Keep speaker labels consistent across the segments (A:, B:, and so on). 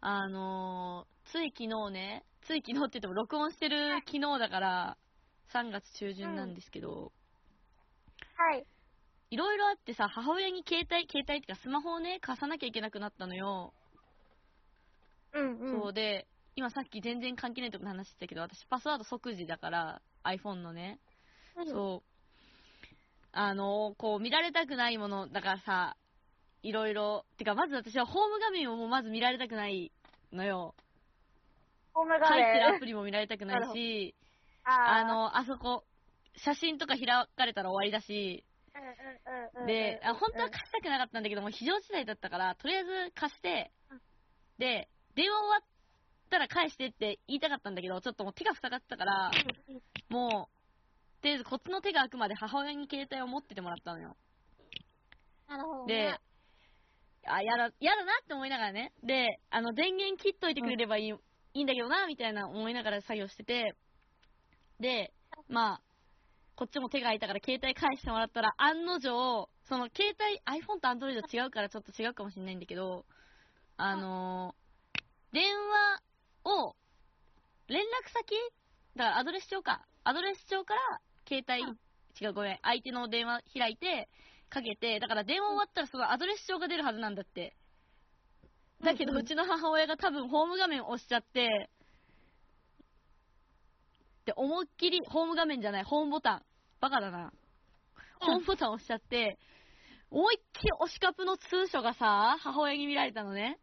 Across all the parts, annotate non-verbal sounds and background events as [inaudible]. A: あのーつい昨日ね、つい昨日って言っても録音してる昨日だから、3月中旬なんですけど、
B: はい。
A: いろいろあってさ、母親に携帯、携帯っていうかスマホをね、貸さなきゃいけなくなったのよ。
B: うんうん。
A: そうで、今さっき全然関係ないとこの話してたけど、私パスワード即時だから、iPhone のね。
B: うん
A: そう。あのーこう見られたくないもの、だからさ、いろいろ、てかまず私はホーム画面をもうまず見られたくないのよ。
B: ホーム画
A: 書いてるア
B: 面。
A: プリも見られたくないし、
B: あ
A: あ、の、あそこ、写真とか開かれたら終わりだし、
B: うんうんうんうんうん。
A: で、あ本当は
B: うん
A: 貸したくなかったんだけども、非常事態だったから、とりあえず貸して
B: うん、
A: で、電話終わったら返してって言いたかったんだけど、ちょっともう手が塞がってたから、
B: うん
A: もう、とりあえずこっちの手が空くまで母親に携帯を持っててもらったのよ。
B: なるほど
A: で
B: ね。、
A: あ、やだ、やだなって思いながらね。で、あの、電源切っといてくれればいい、いいんだけどな、みたいな思いながら作業してて、で、まあ、こっちも手が空いたから携帯返してもらったら、案の定、その携帯、iPhone と Android 違うからちょっと違うかもしれないんだけど、あのー電話を、連絡先だからアドレス帳か。アドレス帳から、携帯、
B: うん
A: 違う、ごめん、相手の電話開いて、かけて、だから電話終わったらそのアドレス帳が出るはずなんだって。だけど、
B: うんう
A: うんちの母親が多分ホーム画面押しちゃって、で、思いっきりホーム画面じゃない、ホームボタン。バカだな。
B: うん
A: ホームボタン押しちゃって、思いっきり推しカプの通所がさ、母親に見られたのね。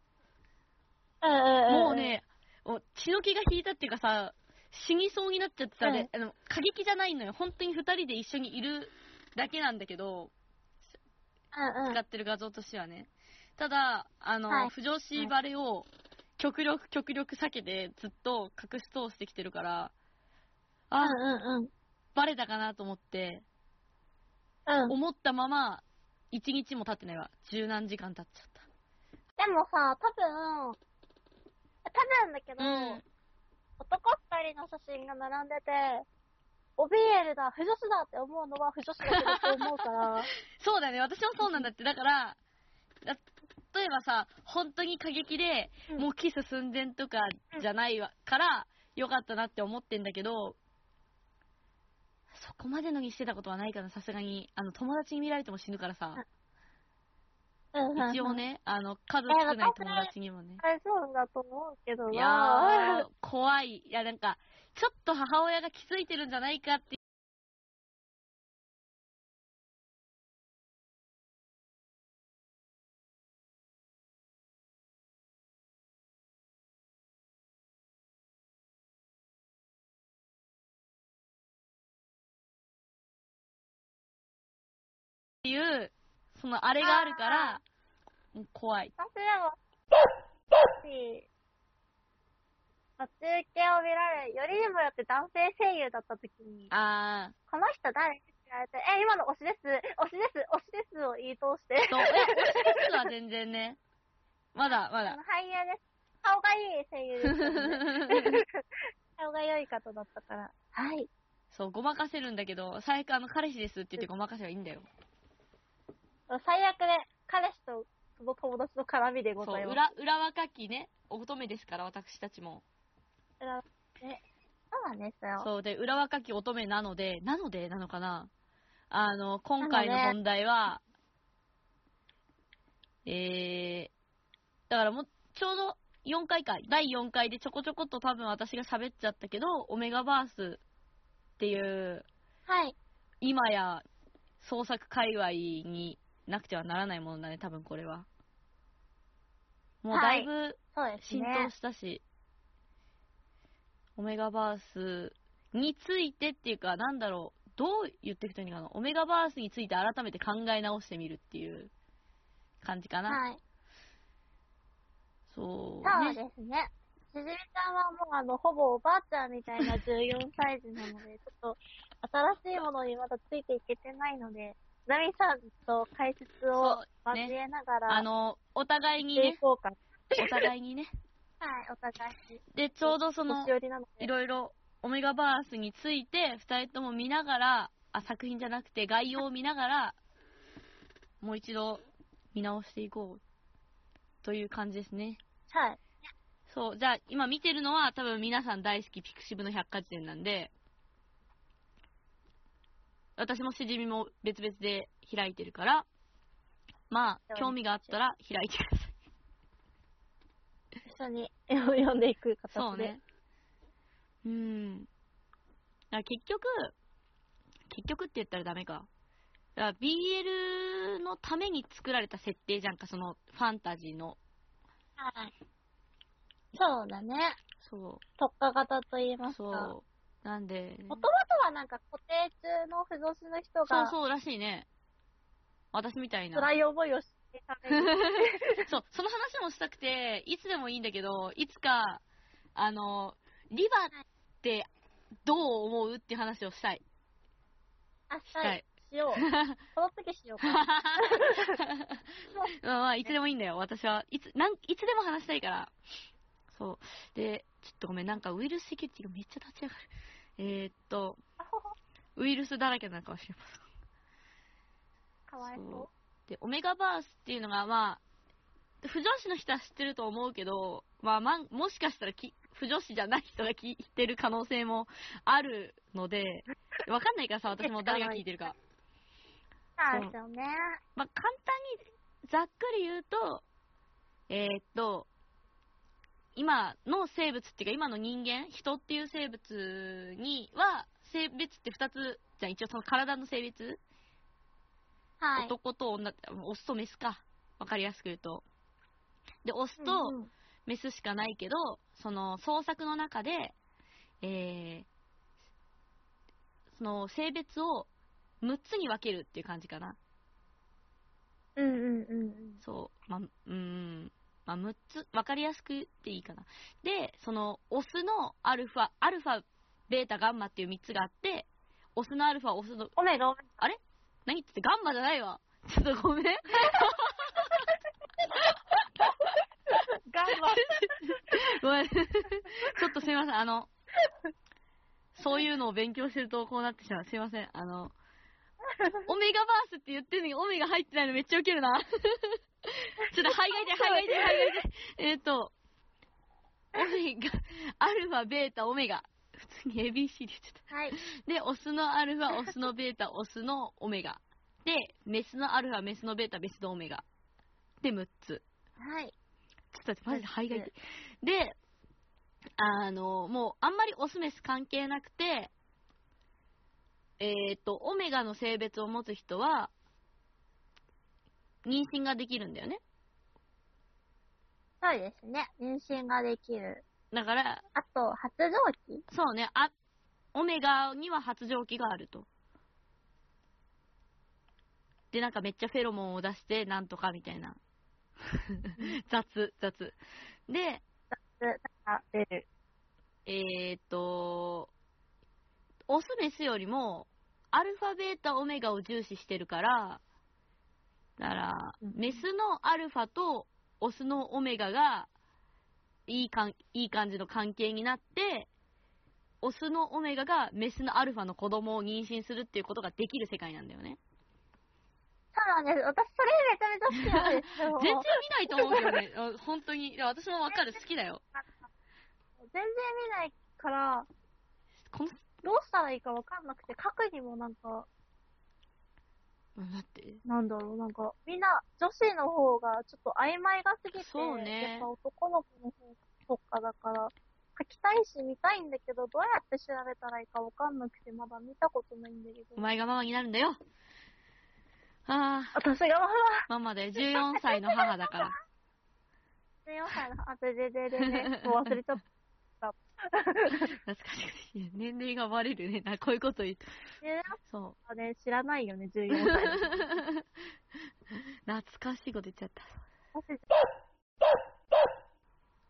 B: うんうんん
A: もう。ね、もう血の気が引いたっていうかさ、死にそうになっちゃってさ、であの過激じゃないのよ。本当に二人で一緒にいるだけなんだけど、
B: うんうん。
A: 使ってる画像としてはね。ただ、あの、
B: はい
A: 不浄しバレを極力極力避けてずっと隠し通してきてるから、あ、
B: うんうんうん。
A: バレたかなと思って、
B: うん。
A: 思ったまま、一日も経ってないわ。十何時間経っちゃっ
B: でもさ、多分、多分だけど、
A: た。うん。
B: 男二人の写真が並んでて、オビエルだ、不女子だって思うのは不女子だけどと思う
A: [laughs]
B: から。
A: そうだね、私もそうなんだって。だから、だ例えばさ、本当に過激で、
B: うん
A: もうキス寸前とかじゃないわから、よかったなって思ってんだけど、そこまでのにしてたことはないかな、さすがに。あの、友達に見られても死ぬからさ。
B: うんうんうん
A: 一応。ね、あの、数
B: え
A: 少ない
B: 私
A: 友達にもね。
B: 大丈夫だと思うけどな。
A: いやー、怖い。いや、なんか、ちょっと母親が気づいてるんじゃないかって。っていう、そのあれがあるから、うん怖い。
B: 私でも、し、まあ中継を見られ、よりにもよって男性声優だった時に、
A: あー。
B: この人誰って言われて、え、今の推しです、推しです、推しですを言い通して、
A: そう、え、推しですは全然ね。まだ、ま
B: あ
A: だ
B: [laughs] の。俳優です。顔がいい声優ですよね、
A: [laughs]
B: 顔が良い方だったから。はい。
A: そう、ごまかせるんだけど、最悪あの、彼氏ですって言ってごまかせばいいんだよ。
B: 最悪で、彼氏とその友達の絡みで
A: そ
B: ご
A: う、
B: ざいます。
A: 裏、裏若きね、乙女ですから、私たちも。
B: 裏ねそうなんですよ。
A: そう、で、裏若き乙女なので、なのでなのかなあの、今回の
B: なので
A: 本題は、えー、だからもう、ちょうど4回か、第4回でちょこちょこっと多分私が喋っちゃったけど、オメガバースっていう、
B: はい。
A: 今や創作界隈になくてはならないものだね、多分これは。もうだいぶ
B: そうです
A: 浸透
B: ね。
A: したし、オメガバースについてっていうか、なんだろう、どう言っていくといいのかな、オメガバースについて改めて考え直してみるっていう感じかな。
B: はい。
A: そう、
B: そうですね。しじみちゃんはもうあの、ほぼおばあちゃんみたいな14歳児なので、ちょっと新しいものにまだついていけてないので、ナミさんと解説を
A: そう
B: 交
A: ね
B: えなが
A: あ
B: ら、
A: の、お互い
B: し
A: に
B: てい
A: ね、
B: こうか。
A: お互いにね。
B: はい、お互いに。
A: で、ちょうどそ
B: [laughs]
A: の
B: 年、寄りなので。
A: いろいろオメガバースについて2人とも見ながらあ作品じゃなくて概要を見ながらもう一度見直していこうという感じですね
B: はい。
A: そう、じゃあ今見てるのは多分皆さん大好きピクシブの百科事典なんで、私もしじみも別々で開いてるから、まあ、興味があったら開いてください。
B: 一緒に絵を読んでいく形で。
A: そうね。うん。だから結局、結局って言ったらダメか。だから BL のために作られた設定じゃんか、そのファンタジーの。
B: はい。そうだね。
A: そ。
B: 特化型と言いうますか。も
A: そう。なんで、
B: ともとはなんか固定中の付属の人
A: そう
B: が
A: そうらしいね。私みたいな。
B: 辛い思いをしてために。
A: そう、その話もしたくて、いつでもいいんだけど、いつか、あの、リバってどう思うって話をしたい。
B: あ、し
A: したた
B: い
A: い。。
B: し [laughs] よう。この時
A: [laughs]
B: しようか。
A: まあまあ、いつでもいいんだよ、私はいつなん。いつでも話したいから。そう。で、ちょっとごめん、なんかウイルスセキュリティがめっちゃ立ち上がる。えー、っと、ウイルスだらけなのかもしれません。
B: [laughs] かわいそ
A: で、オメガバースっていうのが、まあ、不女子の人は知ってると思うけど、まあ、まんもしかしたらき、不女子じゃない人が聞いてる可能性もあるので、わかんないからさ、私も誰が聞いてるか。
B: う。なんですよね。
A: まあ、簡単に、ざっくり言うと、えーっと、今の生物っていうか、今の人間、人っていう生物には、性別って2つ、じゃん一応その体の性別
B: はい。
A: 男と女って、オスとメスか。わかりやすく言うと。で、オスと
B: うんうん
A: メスしかないけど、その創作の中で、えー、その性別を6つに分けるっていう感じかな。
B: うんうんうんうん。
A: そう、まあ、うーん、まあ、6つ、分かりやすく言っていいかな。で、その、オスのアルファ、アルファ、ベータ、ガンマっていう3つがあって、オスのアルファ、オスの、
B: ごめん、ごめん。
A: 何言っててガンマじゃないわ。ちょっとごめん。
B: 頑張る。
A: ご [laughs] めん。ちょっとすいません、あの、そういうのを勉強してるとこうなってしまう。すいません、あの、オメガバースって言ってるのにオメガ入ってないのめっちゃウケるな。 [laughs] ちょっと、肺が痛い、肺が痛い、肺が痛い。えっと、オメガ、アルファ、ベータ、オメガ。普通に ABC で言っちゃった。
B: はい。
A: で、オスのアルファ、オスのベータ、オスのオメガ。で、メスのアルファ、メスのベータ、メスのオメガ。で、6つ。
B: はい。
A: ちょっと待って、マジで肺が痛い。で、あの、もう、あんまりオスメス関係なくて、えっ、と、オメガの性別を持つ人は、妊娠ができるんだよね。
B: そうですね。妊娠ができる。
A: だから、
B: あと、発情期
A: そうね、あ、オメガには発情期があると。で、なんかめっちゃフェロモンを出して、なんとかみた [laughs] いな。雑、雑。で、
B: が出る。
A: えーっと、オスメスよりも、アルファベータオメガを重視してるから、だから
B: うん、
A: メスのアルファとオスのオメガが、いいかん、いい感じの関係になって、オスのオメガがメスのアルファの子供を妊娠するっていうことができる世界なんだよね。。
B: そうなんです。私、それめちゃめちゃ好きなんですよ
A: 全
B: [laughs]
A: 然見ないと思うけどね、 [laughs] あ本当に。いや私もわかる、好きだよ。
B: 全然見ないから、
A: この、
B: どうしたらいいかわかんなくて、書くにもなんか、
A: 待って。
B: なんだろう、なんか、みんな、女子の方がちょっと曖昧が過ぎて、
A: そうね
B: やっぱ男の子の方とかだから、書きたいし見たいんだけど、どうやって調べたらいいかわかんなくて、まだ見たことないんだけ
A: お
B: ど。
A: 前がママになるんだよ。ああ。
B: 私がわ
A: ママで14歳の母だから。
B: 14歳の、あ、ででで
A: [laughs]
B: でね、もう忘れちゃった。
A: 懐かしい。年齢がバレるね。な、こういうこと言うと。
B: 14
A: そう。
B: 歳はね、知らないよね、14歳 [laughs]
A: [laughs]
B: の。
A: 懐かしいこと言っちゃった。
B: 私、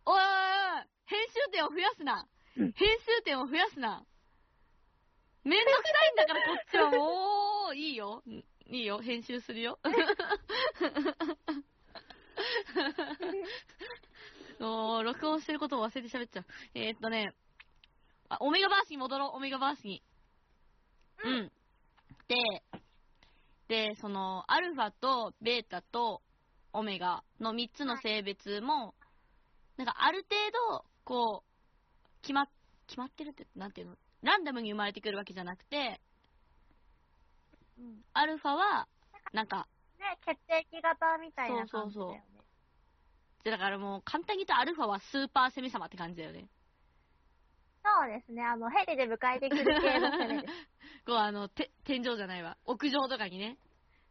A: おいおいおい編集点を増やすな編集点を増やすなめんどくさいんだからこっちはもういいようんいいよ編集するよもう録音してることを忘れて喋っちゃうえー、っとねあオメガバースに戻ろうオメガバースにうん、ででそのアルファとベータとオメガの3つの性別も、なんかある程度、こう、決まっ、決まってるって、なんていうのランダムに生まれてくるわけじゃなくて、
B: うん。
A: アルファは、なんか、
B: ね、血液型みたいな感じだよね。
A: だからもう簡単に言うとアルファはスーパーセミ様って感じだよね。
B: そうですね。あの、ヘリで迎えてくる系のセレです。
A: こうあの、て、天井じゃないわ。屋上とかにね、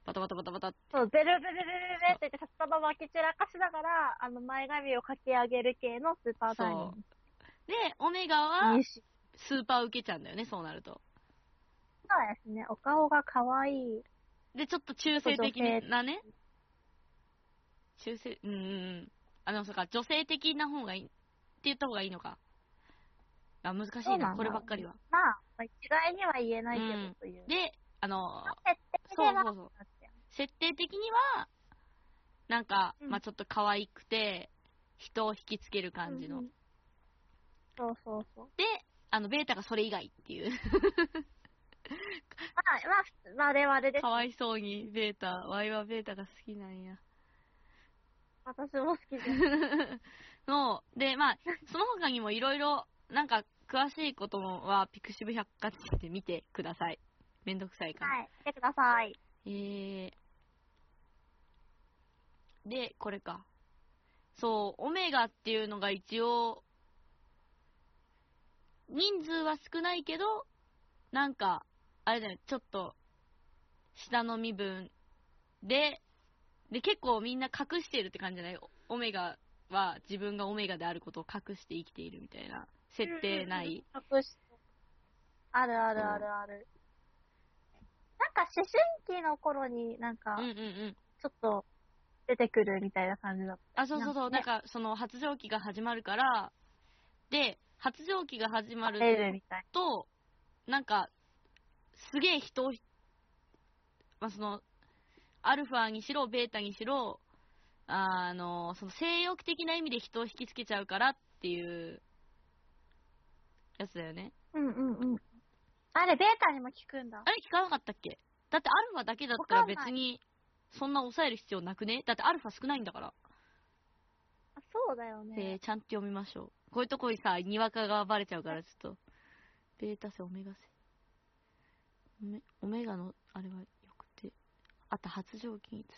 A: バタバタバタバタって
B: そう、ベルベルベルベルって言って、さっさと巻き散らかしながら、あの、前髪をかき上げる系のスーパーサイ
A: そう。で、オメガは
B: ン。いいし
A: スーパー受けちゃうんだよね、そうなると。
B: そうですね。お顔が可愛い。
A: で、ちょっと中性的
B: 女性
A: なね。中性、うんうんうん。あ、でもそうか、女性的な方がいい、って言った方がいいのか。あ、難し
B: そう
A: い
B: なんだろう
A: な、
B: ね
A: こればっかりは。
B: まあ、まあ一概には言えないけ
A: うん
B: どという。
A: で、あの、
B: 設定では
A: そうそうそう設定的には、なんか、
B: うん
A: まあちょっと可愛くて、人を引きつける感じの。
B: うんそうそうそう。
A: で、あの、ベータがそれ以外っていう。
B: まあ、まあ普通、我々で
A: [laughs]
B: す
A: か。わいそうに、ベータ、ワイはベータが好きなんや。
B: 私も好き [laughs] です。
A: の、で、まあ、その他にもいろいろ、なんか、詳しいことは、ピクシブ百科事典で見てください。めんどくさいから。
B: はい。来てください。
A: えー、で、これか。そう、オメガっていうのが一応、人数は少ないけど、なんか、あれだよね、ちょっと、下の身分で、で、結構みんな隠してるって感じじゃないオオメガは自分がオメガであることを隠して生きているみたいな設定ない、
B: 隠してあるあるあるある。なんか思春期の頃になんか
A: うん、うんうん。
B: ちょっと出てくるみたいな感じだっ
A: あ、そうそうそう。な
B: なんん
A: か、その、発情期が始まるから、で、発情期が始ま
B: た。出
A: る
B: るみたい。
A: と、なんか、すげえ人を、まあ、その、アルファにしろ、ベータにしろ、あの、その性欲的な意味で人を引きつけちゃうからっていう、やつだよね。
B: うんうんうん。あれ、ベータにも効くんだ
A: あ。れ聞かなかったっけだってアルファだけだったら
B: わかんない
A: 別に、そんな抑える必要なくねだってアルファ少ないんだから。
B: あそうだよ
A: え
B: ね。
A: ー、ちゃんと読みましょう。こういうとこにさ、にわかがバレちゃうから、ちょっと。ベータ線、オメガ線。オメオメガの、あれはよくて。あと、発情期について。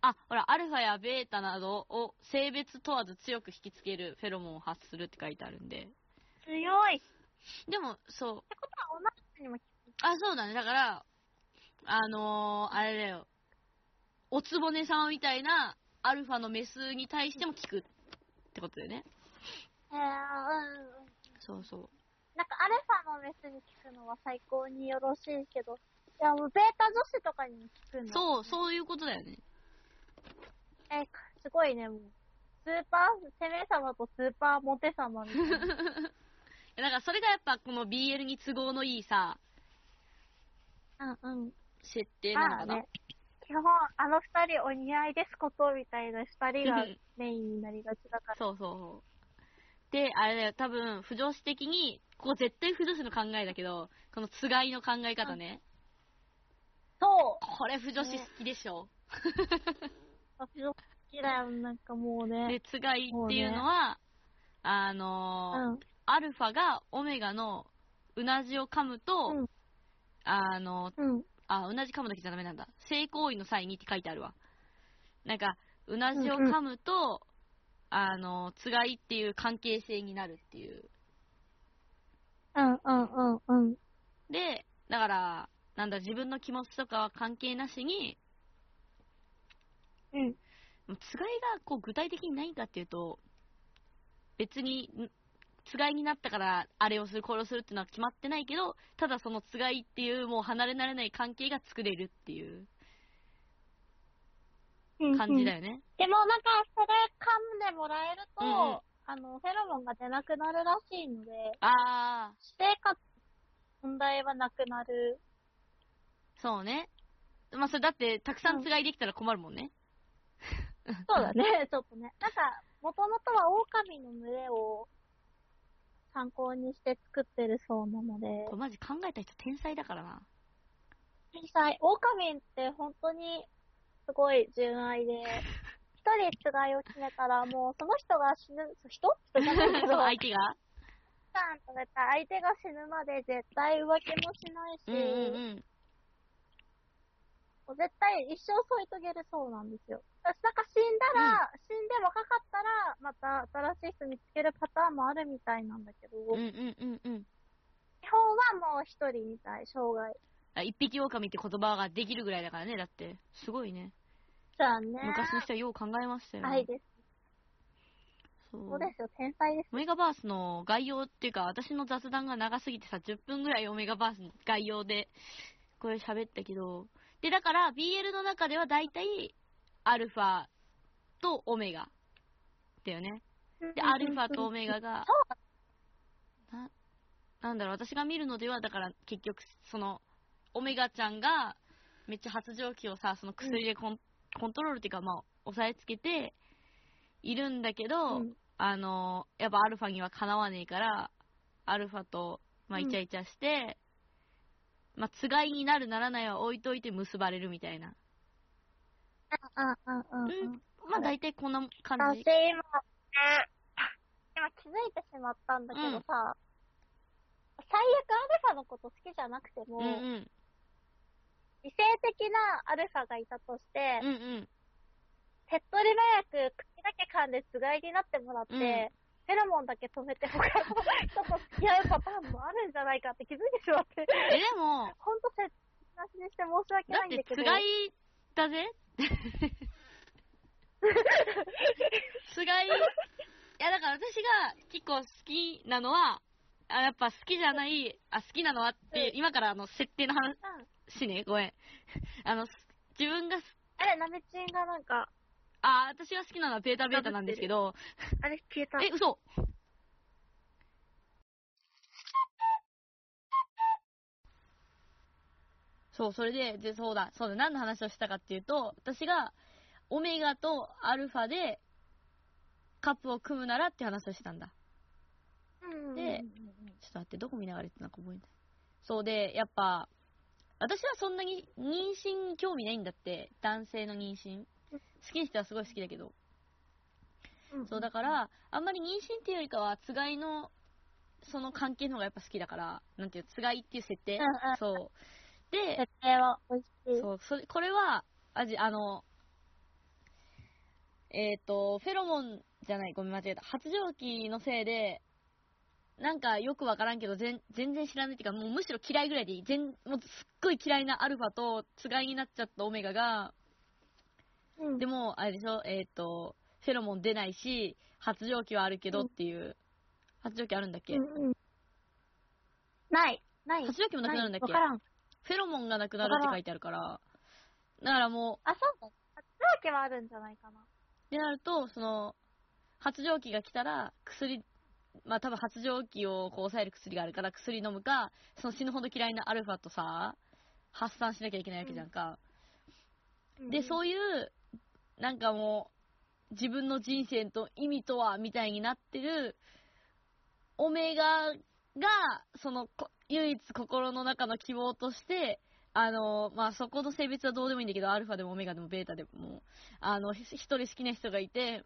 A: あ、ほら、アルファやベータなどを性別問わず強く引きつけるフェロモンを発するって書いてあるんで。
B: 強い。って
A: でも、そう。
B: ことは女の子にも効
A: あ、そうだね。だから、あのー、あれだよ。おつぼねさんみたいなアルファのメスに対しても効くってことだよね。
B: く。えー、うんうん。
A: そうそう。
B: なんかアルファのメスに効くのは最高によろしいけど、いやもうベータ女子とかにも効くんだ。
A: そう、そういうことだよね。
B: え、すごいね、もう。スーパー、セメ様とスーパーモテ様みたいな。
A: だからそれがやっぱこの BL に都合のいいさ、
B: [laughs] うんうん。
A: 設定なの
B: ま
A: か
B: あ
A: な。
B: ね。基本、あの二人お似合いですこと、みたいな二人がメインになりがちだから。
A: そうそうそう。で、あれだよ、多分、不女子的に、ここ絶対不女子の考えだけど、このつがいの考え方ね。
B: そ
A: これ不女子好きでしょ。
B: う私の好きだよ、なんかもうね。
A: で、つがいっていうのは、あ
B: う
A: のー
B: ん。
A: アルファがオメガのうなじを噛むと、
B: うん
A: あのー
B: うん。
A: あ、うなじ噛むだけじゃダメなんだ。性行為の際にって書いてあるわ。なんか、うなじを噛むと、あの、つがいっていう関係性になるっていう。
B: うんうんうんうん。
A: で、だから、なんだ、自分の気持ちとかは関係なしに、
B: うん。
A: もうつがいがこう具体的に何かっていうと、別に、んつがいになったから、あれをする、これをするっていうのは決まってないけど、ただそのつがいっていう、もう離れられない関係が作れるっていう
B: うん。
A: 感じだ
B: よ。
A: よね。
B: でもなんか、それ噛んでもらえる
A: う
B: と、
A: んうん
B: あの、フェロモンが出なくなるらしいので、
A: あー。
B: 私生活、問題はなくなる。
A: そうね。まあ、それだって、たくさんつがいできたら困るもんね。
B: そうだね、ちょっとね。なんか、もともとは狼の群れを参考にして作ってるそうなので、
A: これマジ考えた人天才だからな。
B: 実際、狼って本当にすごい純愛で、人つがいを決めたら、もうその人が死ぬ、人
A: [laughs]
B: 人じゃないけど、
A: 相手が
B: パーンと絶対相手が死ぬまで絶対浮気もしないし、
A: うんうんうん。
B: もう絶対一生添い遂げるそうなんですよ。私なんか死んだら、死んで若かったら、また新しい人見つけるパターンもあるみたいなんだけど、
A: うんうんうんうん。
B: 基本はもう一人みたい、生涯。
A: あ一匹狼って言葉ができるぐらいだからね、だって。すごいね。
B: じゃあね。
A: 昔の人はよう考えましたよね。
B: はいです。
A: そ
B: そう
A: う
B: で。すよ、天才です。
A: オメガバースの概要っていうか、私の雑談が長すぎてさ、10分ぐらいオメガバースの概要で、これ喋ったけど、で、だから、BL の中では大体、アルファとオメガ。だよね。で、アルファとオメガが、な、なんだろう、私が見るのでは、だから結局、その、オメガちゃんが、めっちゃ発情期をさ、その薬でコン,、コントロールっていうか、まあ、抑えつけて、いるんだけど、
B: うん
A: あの、やっぱアルファにはかなわねえから、アルファと、まあ、
B: うん
A: イチャイチャして、まあ、つがいになるならないは置いといて結ばれるみたいな。
B: うんうんうんうん。
A: まあ、
B: あれ
A: 大体こんな感
B: 私
A: じ。
B: 今、ね、今気づいてしまったんだけどさ、最悪アルファのこと好きじゃなくても、
A: うんうん。
B: 理性的なアルファがいたとして、
A: うんうん。
B: 手っ取り早く口だけ噛んでつがいになってもらって、
A: うん
B: フェロモンだけ止めて他の人と付き合うパターンもあるんじゃないかって気づいてしまって、
A: え、でも、
B: ほんと切なしにして申し訳
A: だ
B: な
A: っ
B: いんだ
A: て
B: け
A: つ
B: ど、
A: がいだぜ [laughs] つがいいやだから私が結構好きなのはあやっぱ好きじゃないあ好きなのはって、今からあの設定の話
B: [laughs] うん
A: ねごめん [laughs] あのす自分がす
B: あれ、ナメチンがなんか、
A: あ私が好きなのはベータベータなんですけど
B: あれ消えた。
A: え嘘そうそれででそうだそうだ何の話をしたかっていうと私がオメガとアルファでカップを組むならって話をしたんだ
B: うん
A: でちょっと待ってどこ見ながら言ってたのか覚えてないそうでやっぱ私はそんなに妊娠興味ないんだって男性の妊娠好きな人はすごい好きだけどそうだか、ら、あんまり妊娠っていうよりかは、つがいの、その関係の方がやっぱ好きだから、なんていうの、つがいっていう設定
B: うん。うん、
A: そう。で
B: 設、定は美味しい。
A: そう、それ、これは、あじ、あの、えっ、と、フェロモンじゃない、ごめん間違えた。発情期のせいで、なんかよくわからんけど、全全然知らないっていうか、もうむしろ嫌いぐらいでいい。全もうすっごい嫌いなアルファと、つがいになっちゃったオメガが、
B: うん
A: でも、あれでしょ、えっ、と、フェロモン出ないし、発情期はあるけどっていう、発情期あるんだっけ、
B: うんうんない。ない。
A: 発情期もなくなるんだっけ
B: わからん。
A: フェロモンがなくなるって書いてあるから、だからも
B: あ、そうだ。発情期はあるんじゃないかな。
A: う、ってなると、その、発情期が来たら、薬、まあ多分発情期をこう抑える薬があるから、薬飲むか、その死ぬほど嫌いなアルファとさ、発散しなきゃいけないわけじゃんか。で、
B: う
A: そ
B: いう
A: いう、なんかもう、自分の人生と意味とは、みたいになってる、オメガが、その、こ唯一心の中の希望として、あの、まあ、そこの性別はどうでもいいんだけど、アルファでもオメガでもベータでも、あの、ひ一人好きな人がいて、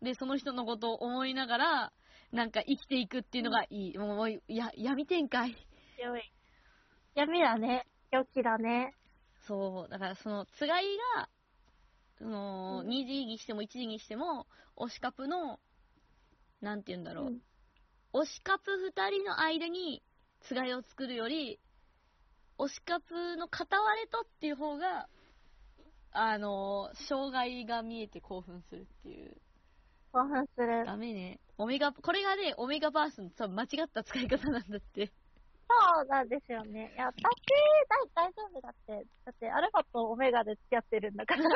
A: で、その人のことを思いながら、なんか生きていくっていうのがいい。もう、いや、闇展開。
B: う。強い。闇だね。良きだね。
A: そう、だからその、つがいが、その、
B: うん
A: 2時にしても1時にしても、推しカプの、なんて言うんだろう、
B: うん
A: 推しカプ2人の間に、つがいを作るより、推しカプの片割れとっていう方が、あの、障害が見えて興奮するっていう。
B: 興奮する。
A: ダメね。オメガ、これがね、オメガバースの多分間違った使い方なんだって。
B: そうなんですよね。いや、私、大大丈夫だって。だって、アルファとオメガで付き合ってるん
A: [laughs]
B: だから。大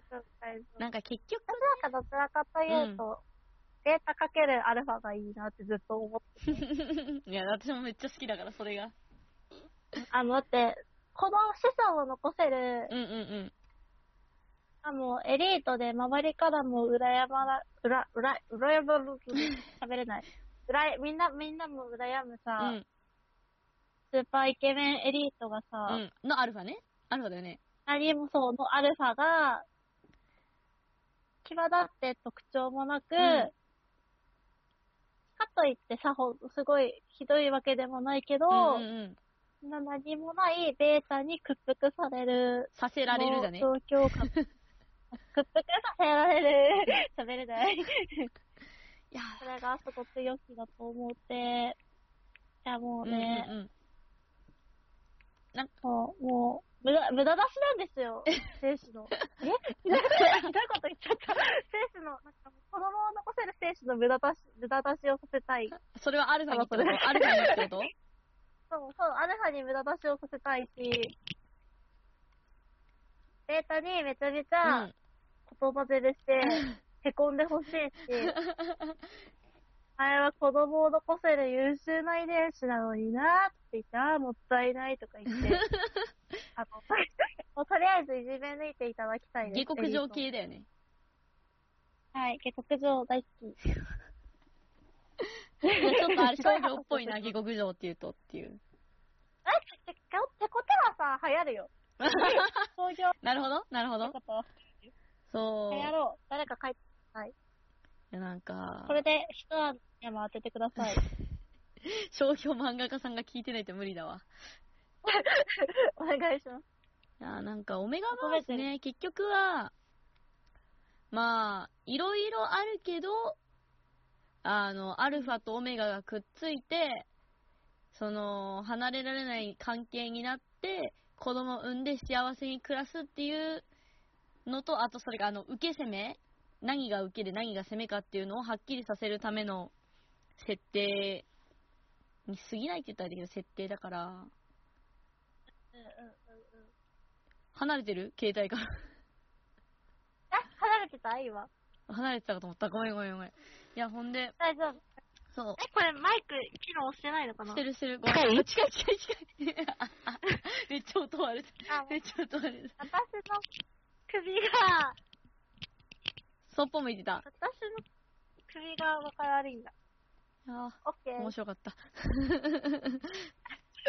B: 丈夫、大丈夫。
A: なんか結局、 [laughs]
B: 私なんかどちらかというと、データかけるアルファがいいなってずっと思って
A: いや、私もめっちゃ好きだから、それが。
B: あの、だって、この子孫を残せる
A: う、んうんうん。
B: あの、エリートで周りからも羨まら、うら、うら、うらやまる、喋
A: [laughs]
B: れない。うらや、みんな、みんなも羨むさ、
A: うん
B: スーパーイケメンエリートがさ、
A: うん、のアルファね。アルファだよね。
B: 何もそうのアルファが、際立って特徴もなく、
A: うん
B: かといって作法、すごいひどいわけでもないけど、
A: うんうんうん。
B: な何もないベータに屈服される。
A: させられるじゃね。
B: 東
A: [laughs]
B: 京感。屈服させられる。喋れない。
A: いや
B: それがあそこ強気だと思って。いや、も
A: ー
B: うね、
A: うんうんうん
B: そう、もう、無駄、無駄出しなんですよ。選手の。えひどいこと言っちゃった。選手の、なんかもう子供を残せる選手の無駄出し、無駄出しをさせたい。
A: それはアルファにってこと
B: あそれ
A: アルファにって
B: [laughs]
A: こと
B: そう、そう、アルファに無駄出しをさせたいし、データにめちゃめち
A: う
B: ゃ
A: ん。[laughs]
B: 言葉攻めして、へこんでほしいし、あれは子供を残せる優秀な遺伝子なのになって言って、ああ、もったいないとか言
A: [laughs]
B: って、あの、 [laughs] もうとりあえずいじめ抜いていただきたいで
A: 下
B: す。
A: 克上。系だよね。
B: はい、下克上大好き。
A: いや [laughs] ちょっとあれ、商業っぽいな、下克上って言うとっていう。
B: [laughs] あ、てこ、てこてはさ、流行
A: [laughs]
B: るよ。創業
A: なるほど、なるほど
B: の。こと。
A: そう。
B: 流行ろう。誰か書いて、
A: いやなんか
B: こ、れで一山当ててく
A: [laughs]
B: ださい。
A: 商業漫画家さんが聞いてないと無理だわ。
B: お願いします。
A: いやなんか、オメガバース
B: 求め
A: ね、結局は、まあ、いろいろあるけど、あの、アルファとオメガがくっついて、その、離れられない関係になって、子供を産んで幸せに暮らすっていうのと、あとそれが、あの、受け攻め何が受けで何が攻めかっていうのをはっきりさせるための設定に過ぎないって言ったらあれだけど、設定だから、
B: うんうんうんうん。
A: 離れてる携帯から。
B: あ、離れてた今。
A: 離れてたかと思った。ごめんごめんごめん。いや、ほんで、
B: 大丈夫。
A: そう。
B: え、これマイク機能してないのかな
A: して
B: る。
A: るしてる。ごめん。
B: 近い
A: 近い近い近い。めっちゃ音割れた。
B: [laughs] あ、も
A: め
B: う
A: っちゃ音割れた。
B: 私の首が、
A: そっぽ向いてた。
B: 私の首が分から悪いんだ。
A: あ
B: オッケ
A: ー
B: ー。
A: 面白かった。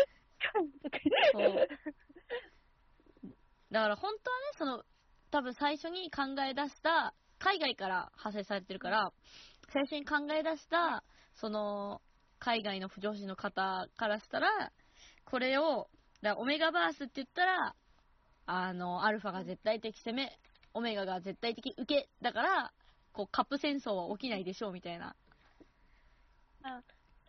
B: 白
A: そうだから本当はね、その、多分最初に考え出した、海外から派生されてるから、最初に考え出した、その、海外の不女子の方からしたら、これを、だからオメガバースって言ったら、あの、アルファが絶対的攻め、オメガが絶対的受け、だから、こう、カップ戦争は起きないでしょうみたいな。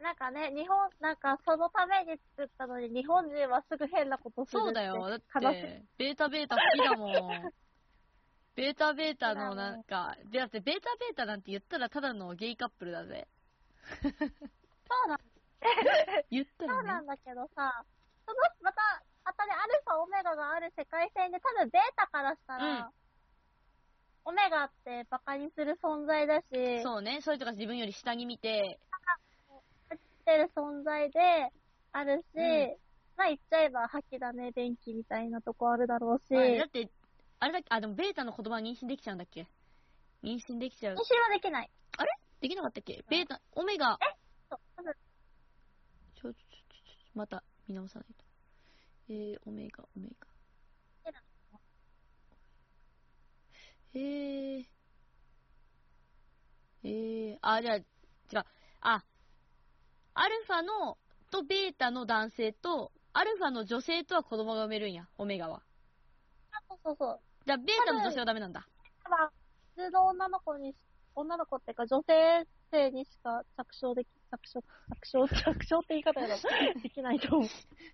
B: なんかね、日本、なんかそのために作ったのに、日本人はすぐ変なことするって。
A: そうだよ。だっ
B: 悲しい。
A: て、ベータベータ好きだもん。 [laughs] ベータベータのなんか、だってベータベータなんて言ったらただのゲイカップルだぜ。
B: そうなん
A: 言った
B: そうな
A: らね。
B: んだけどさ、その、また、あとね、アルファ、オメガがある世界線で、多分ベータからしたら、オメガってバカにする存在だし、知っ
A: そうね。そういうとか自分より下に見て、
B: てる存在であるし、
A: うん
B: まあ言っちゃえば、覇気だね、電気みたいなとこあるだろうし、
A: あれ
B: 妊
A: だって、あれだっけ、あ、でもベータの言葉は妊娠できちゃうんだっけ妊娠できちゃう
B: 娠。はできない。
A: できなかったっけベータ、オメガ。
B: そう多分
A: ちょ、ちょ、ちょ、ちょ、また見直さないと。えー、オメガ、オメガ
B: えな。
A: えー。えー、あ、じゃあ、違う。あ、アルファの、とベータの男性と、アルファの女性とは子供が産めるんや、オメガは。
B: そうそうそう。
A: じゃあ、ベータの女性はダメなんだ。
B: ただ、普通の女の子にし、女の子っていうか、女性性にしか着床でき、着床、着床、着床って言い方やろ。
A: [laughs]
B: できないと思う。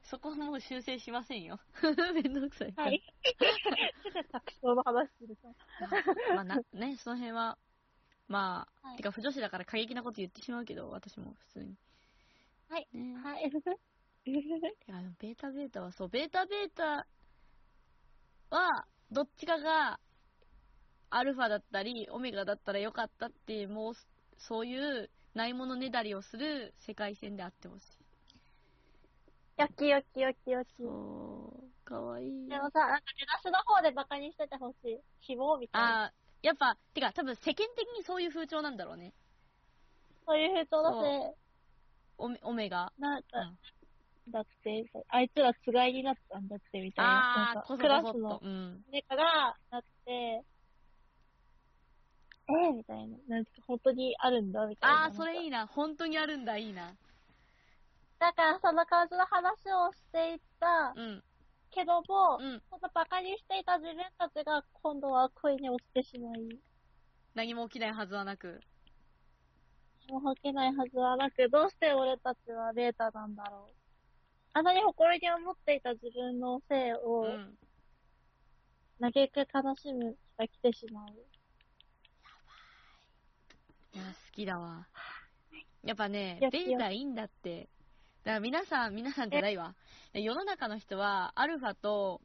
A: そこはもう修正しませんよ。 [laughs] めんどくさい。
B: はい。す [laughs] ぐ着床の話すると。
A: まあな、ね、その辺は、まあ、
B: はい
A: てか不女子だから過激なこと言ってしまうけど、私も普通に。
B: はい。
A: ね
B: はい。
A: てか、でもベータベータはそう、ベータベータは、どっちかが、アルファだったり、オメガだったらよかったって、もう、そういう、ないものねだりをする世界線であってほしい。
B: [laughs] よきよきよきよき。
A: そう、かわいい。
B: でもさ、なんか出だしの方でバカにしててほしい。希望みたいな。
A: あーやっぱ、てか、多分世間的にそういう風潮なんだろうね。
B: そういう風潮だ
A: そ
B: し、
A: オメオメガ。
B: なんか、
A: うん
B: だって、あいつらつがいになったんだってみたいな。
A: あ
B: な
A: あー、
B: んか
A: こそ
B: クラ
A: こそ
B: ス
A: っと
B: の。
A: うん。
B: メカがなって、えみたいな。なんか本当にあるんだみたいな。
A: ああ、それいいな。本当にあるんだ、いいな。
B: だからそんな感じの話をしていった
A: うん。
B: けども、
A: うん。
B: そのバカにしていた自分たちが今度は恋に落ちてしまい、
A: 何も起きないはずはなく。
B: もう吐けないはずはなく、どうして俺たちはデータなんだろう。あんなに誇りに思っていた自分の性
A: う
B: を、
A: ん。
B: 嘆く悲しむ日が来てしまう。
A: いや、好きだわ。やっぱね
B: いや、
A: ベータいいんだって。だから皆さん、皆さんじゃないわ。世の中の人は、アルファと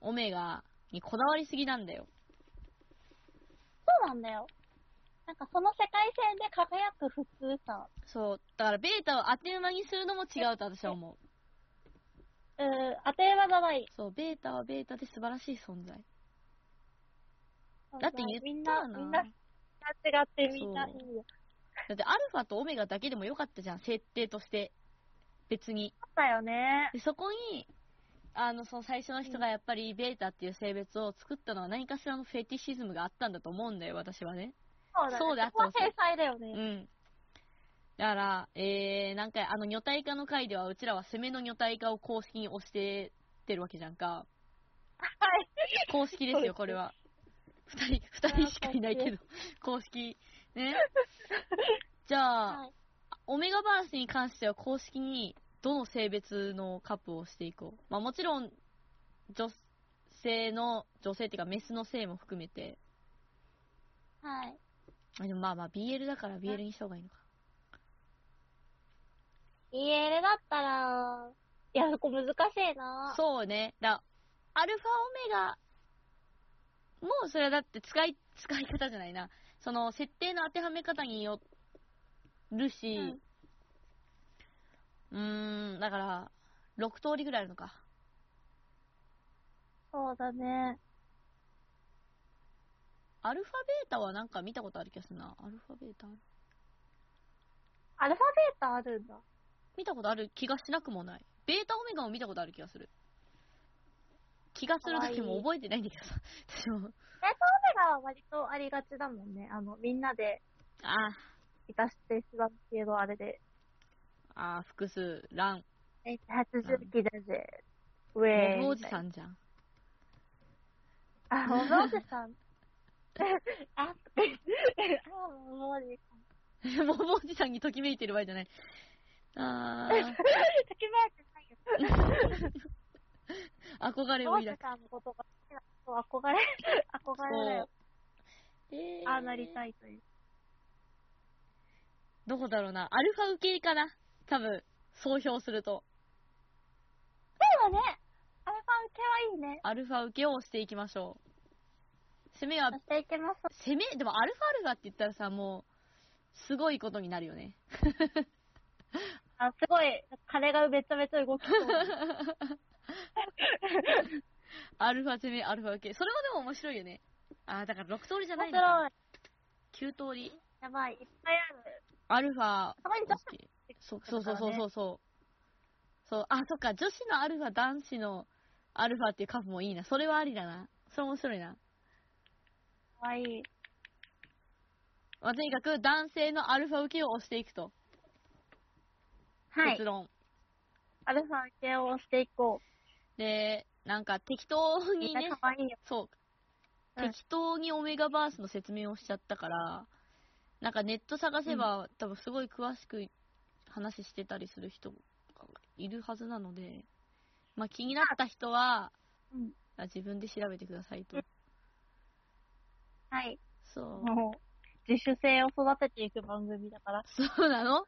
A: オメガにこだわりすぎなんだよ。
B: そうなんだよ。なんかその世界線で輝く普通さ。
A: そう。だから、ベータを当て馬にするのも違うと私は思う。
B: うん、当てはじゃない。
A: そう、ベータはベータで素晴らしい存在。だって言ったよな
B: みんな、みんな、みんな違ってみんな
A: そ
B: いういよ。
A: だって、アルファとオメガだけでもよかったじゃん、設定として。別に。
B: そうだよね。
A: でそこに、あの、その最初の人がやっぱりベータっていう性別を作ったのは何かしらのフェティシズムがあったんだと思うんだよ、私はね。
B: そうだよね。
A: そうだ
B: そこは天才だよ
A: う
B: ね。
A: ん。だから、えー、なんか、あの、女体化の回では、うちらは攻めの女体化を公式に推してってるわけじゃんか。
B: はい。
A: 公式ですよ、これは。二人、二人しかいないけど、公式。ね。じゃあ、
B: はい
A: オメガバースに関しては公式にどの性別のカップをしていこう。まあもちろん、女性の、女性っていうかメスの性も含めて。
B: はい。
A: あでもまあまあ BL だから BL にした方がいいのか。
B: EL だったら、いや、そこ難しいな。
A: そうね。だアルファオメガもうそれはだって使い、使い方じゃないな。その設定の当てはめ方によるし、
B: うん
A: うーん、だから、6通りぐらいあるのか。
B: そうだね。
A: アルファベータはなんか見たことある気がするな。アルファベータある
B: アルファベータあるんだ。
A: 見たことある気がしなくもない。ベータオメガも見たことある気がする。気がするだけも覚えてないんだけど [laughs] さ。私も。
B: ベータオメガは割とありがちだもんね。あの、みんなで
A: あ
B: いたしてしまう系のあれで。
A: あ、ああ、複数、ラン、
B: えっと、80期だぜ。ウェ
A: モ
B: イ。
A: ブおじさんじゃん。 [laughs]
B: あ、モブおじさん。 [laughs] あ、 [laughs] あ、モブおじさん。
A: もうおじさんにときめいてる場合じゃない。あ [laughs]
B: ときめいてないよ。
A: あ、憧れを抱
B: モブおじ
A: く。
B: さんのことが好
A: [laughs]
B: きな人憧れ、憧れだよ。
A: そう。えー
B: ああなりたいという。
A: どこだろうな。アルファ受けかな。多分、総評すると。
B: でもね、アルファ受けはいいね。
A: アルファ受けをしていきましょう。攻めは、
B: していきます。
A: 攻め、でもアルファアルファって言ったらさ、もう、すごいことになるよね。
B: あ、すごい、金がめちゃめちゃ動き
A: [laughs]
B: そう。
A: アルファ攻め、アルファ受け。それもでも面白いよね。あー、だから6通りじゃな
B: 面
A: いのか。
B: 白い。
A: 9通り。
B: やばい、いっぱいある。
A: アルファ
B: たまに女子。
A: OK そうそうそうそうそううそう。そう、あ、そっか、女子のアルファ、男子のアルファっていうカップもいいな。それはありだな。それ面白いな。
B: かわいい。
A: まあ、とにかく男性のアルファ受けを押していくと。
B: は
A: 結
B: い。
A: 論。
B: アルファ受けをしていこ
A: で、なんか適当
B: う。み
A: に
B: んな
A: ね、
B: かわいいよ。
A: そう、
B: うん
A: 適当にオメガバースの説明をしちゃったから、なんかネット探せば、多分すごい詳しく話してたりする人がいるはずなので、まあ気になった人は、
B: うん
A: あ自分で調べてくださいと。
B: はい。
A: そう。
B: もう、自主性を育てていく番組だから。
A: そうな
B: [laughs]
A: の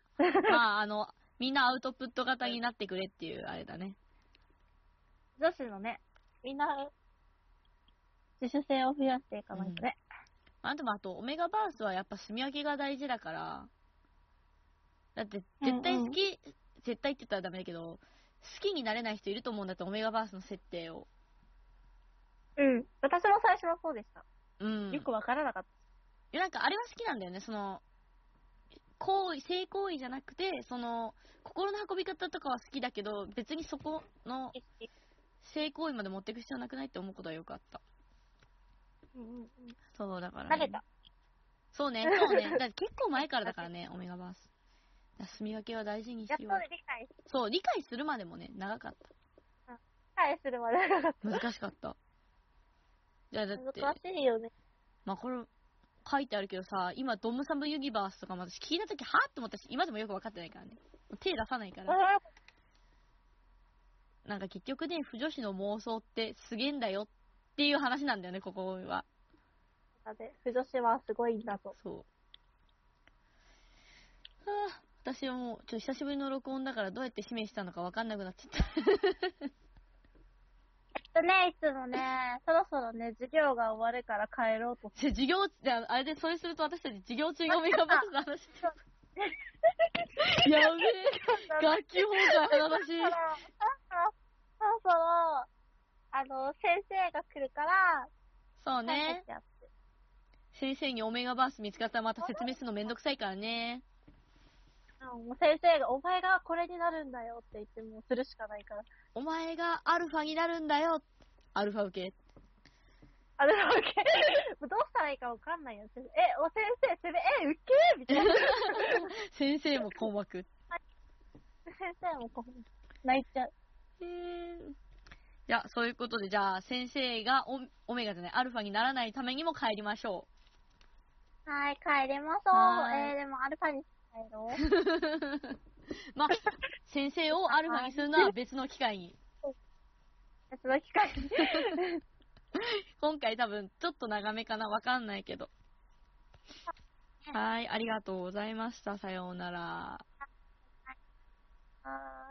A: まあ、あの、みんなアウトプット型になってくれっていう、あれだね。
B: 女子のね、みんな、自主性を増やしていかないとね。
A: あでも、あと、オメガバースはやっぱ住み分けが大事だから、だって、絶対好き、絶対って言ったらダメだけど、好きになれない人いると思うんだって、オメガバースの設定を。
B: うん。私も最初はそうでした。
A: うん。
B: よくわからなかっ
A: いやなんか、あれは好きなんだよね、その、行為、性行為じゃなくて、その、心の運び方とかは好きだけど、別にそこの
B: た。
A: 性行為まで持っていく必要なくないって思うことはよかった。
B: うんうんうん。
A: そう、だから、
B: 慣れた。
A: そうね、そうね。だって結構前からだからね、オメガバース。だから住み分けは大事にし
B: やっと
A: よう。
B: 理解、理
A: そう、理解するまでもね、長かっ
B: 解するまでが
A: た。難しかった。いや、だって、
B: 難しいよね。
A: まあこれ、書いてあるけどさ、今、ドムサムユニバースとかも私聞いたとき、はぁって思ったし、今でもよく分かってないからね。手出さないから。なんか結局ね、不女子の妄想ってすげえんだよっていう話なんだよね、ここは。
B: で、不女子はすごいんだと。
A: そう。はあ、私はもう、ちょっと久しぶりの録音だからどうやって指名したのかわかんなくなっちゃった。
B: えっとね、いつもね、そろそろね、授業が終わるから帰ろう
A: [laughs]
B: と。
A: じゃあ授業、じゃああれで、それすると私たち授業中にオメガバースの話してる。やべえ、学級崩壊の話。
B: そろそろ、そろそろ、あの、先生が来るから、
A: そう
B: 帰って
A: ね
B: き。ちゃって。
A: 先生にオメガバース見つかったらまた説明するのめんどくさいからね。
B: うんもう先生が、お前がこれになるんだよって言って、もうするしかないから。
A: お前がアルファになるんだよ。アルファ受け。
B: あ [laughs] れだけ。もうどうしたらいいかわかんないよ。先生え、お先生、それ、え、ウケみたい [laughs] な。
A: 先生も困惑。
B: 先生もこう、泣いちゃう。
A: えーいや、そういうことで、じゃあ、先生がオオメガじゃない、アルファにならないためにも帰りましょ
B: はい、帰りましょ
A: は
B: う。
A: ーい
B: えー、でもアルファに帰ろ [laughs] う。
A: う。 [laughs] まあ、先生をアルファにするのは別の機会に。
B: 別の機 [laughs] 会に。
A: 今回多分、ちょっと長めかな、わかんないけど。はい、ありがとうございました。さようなら。
B: はーい。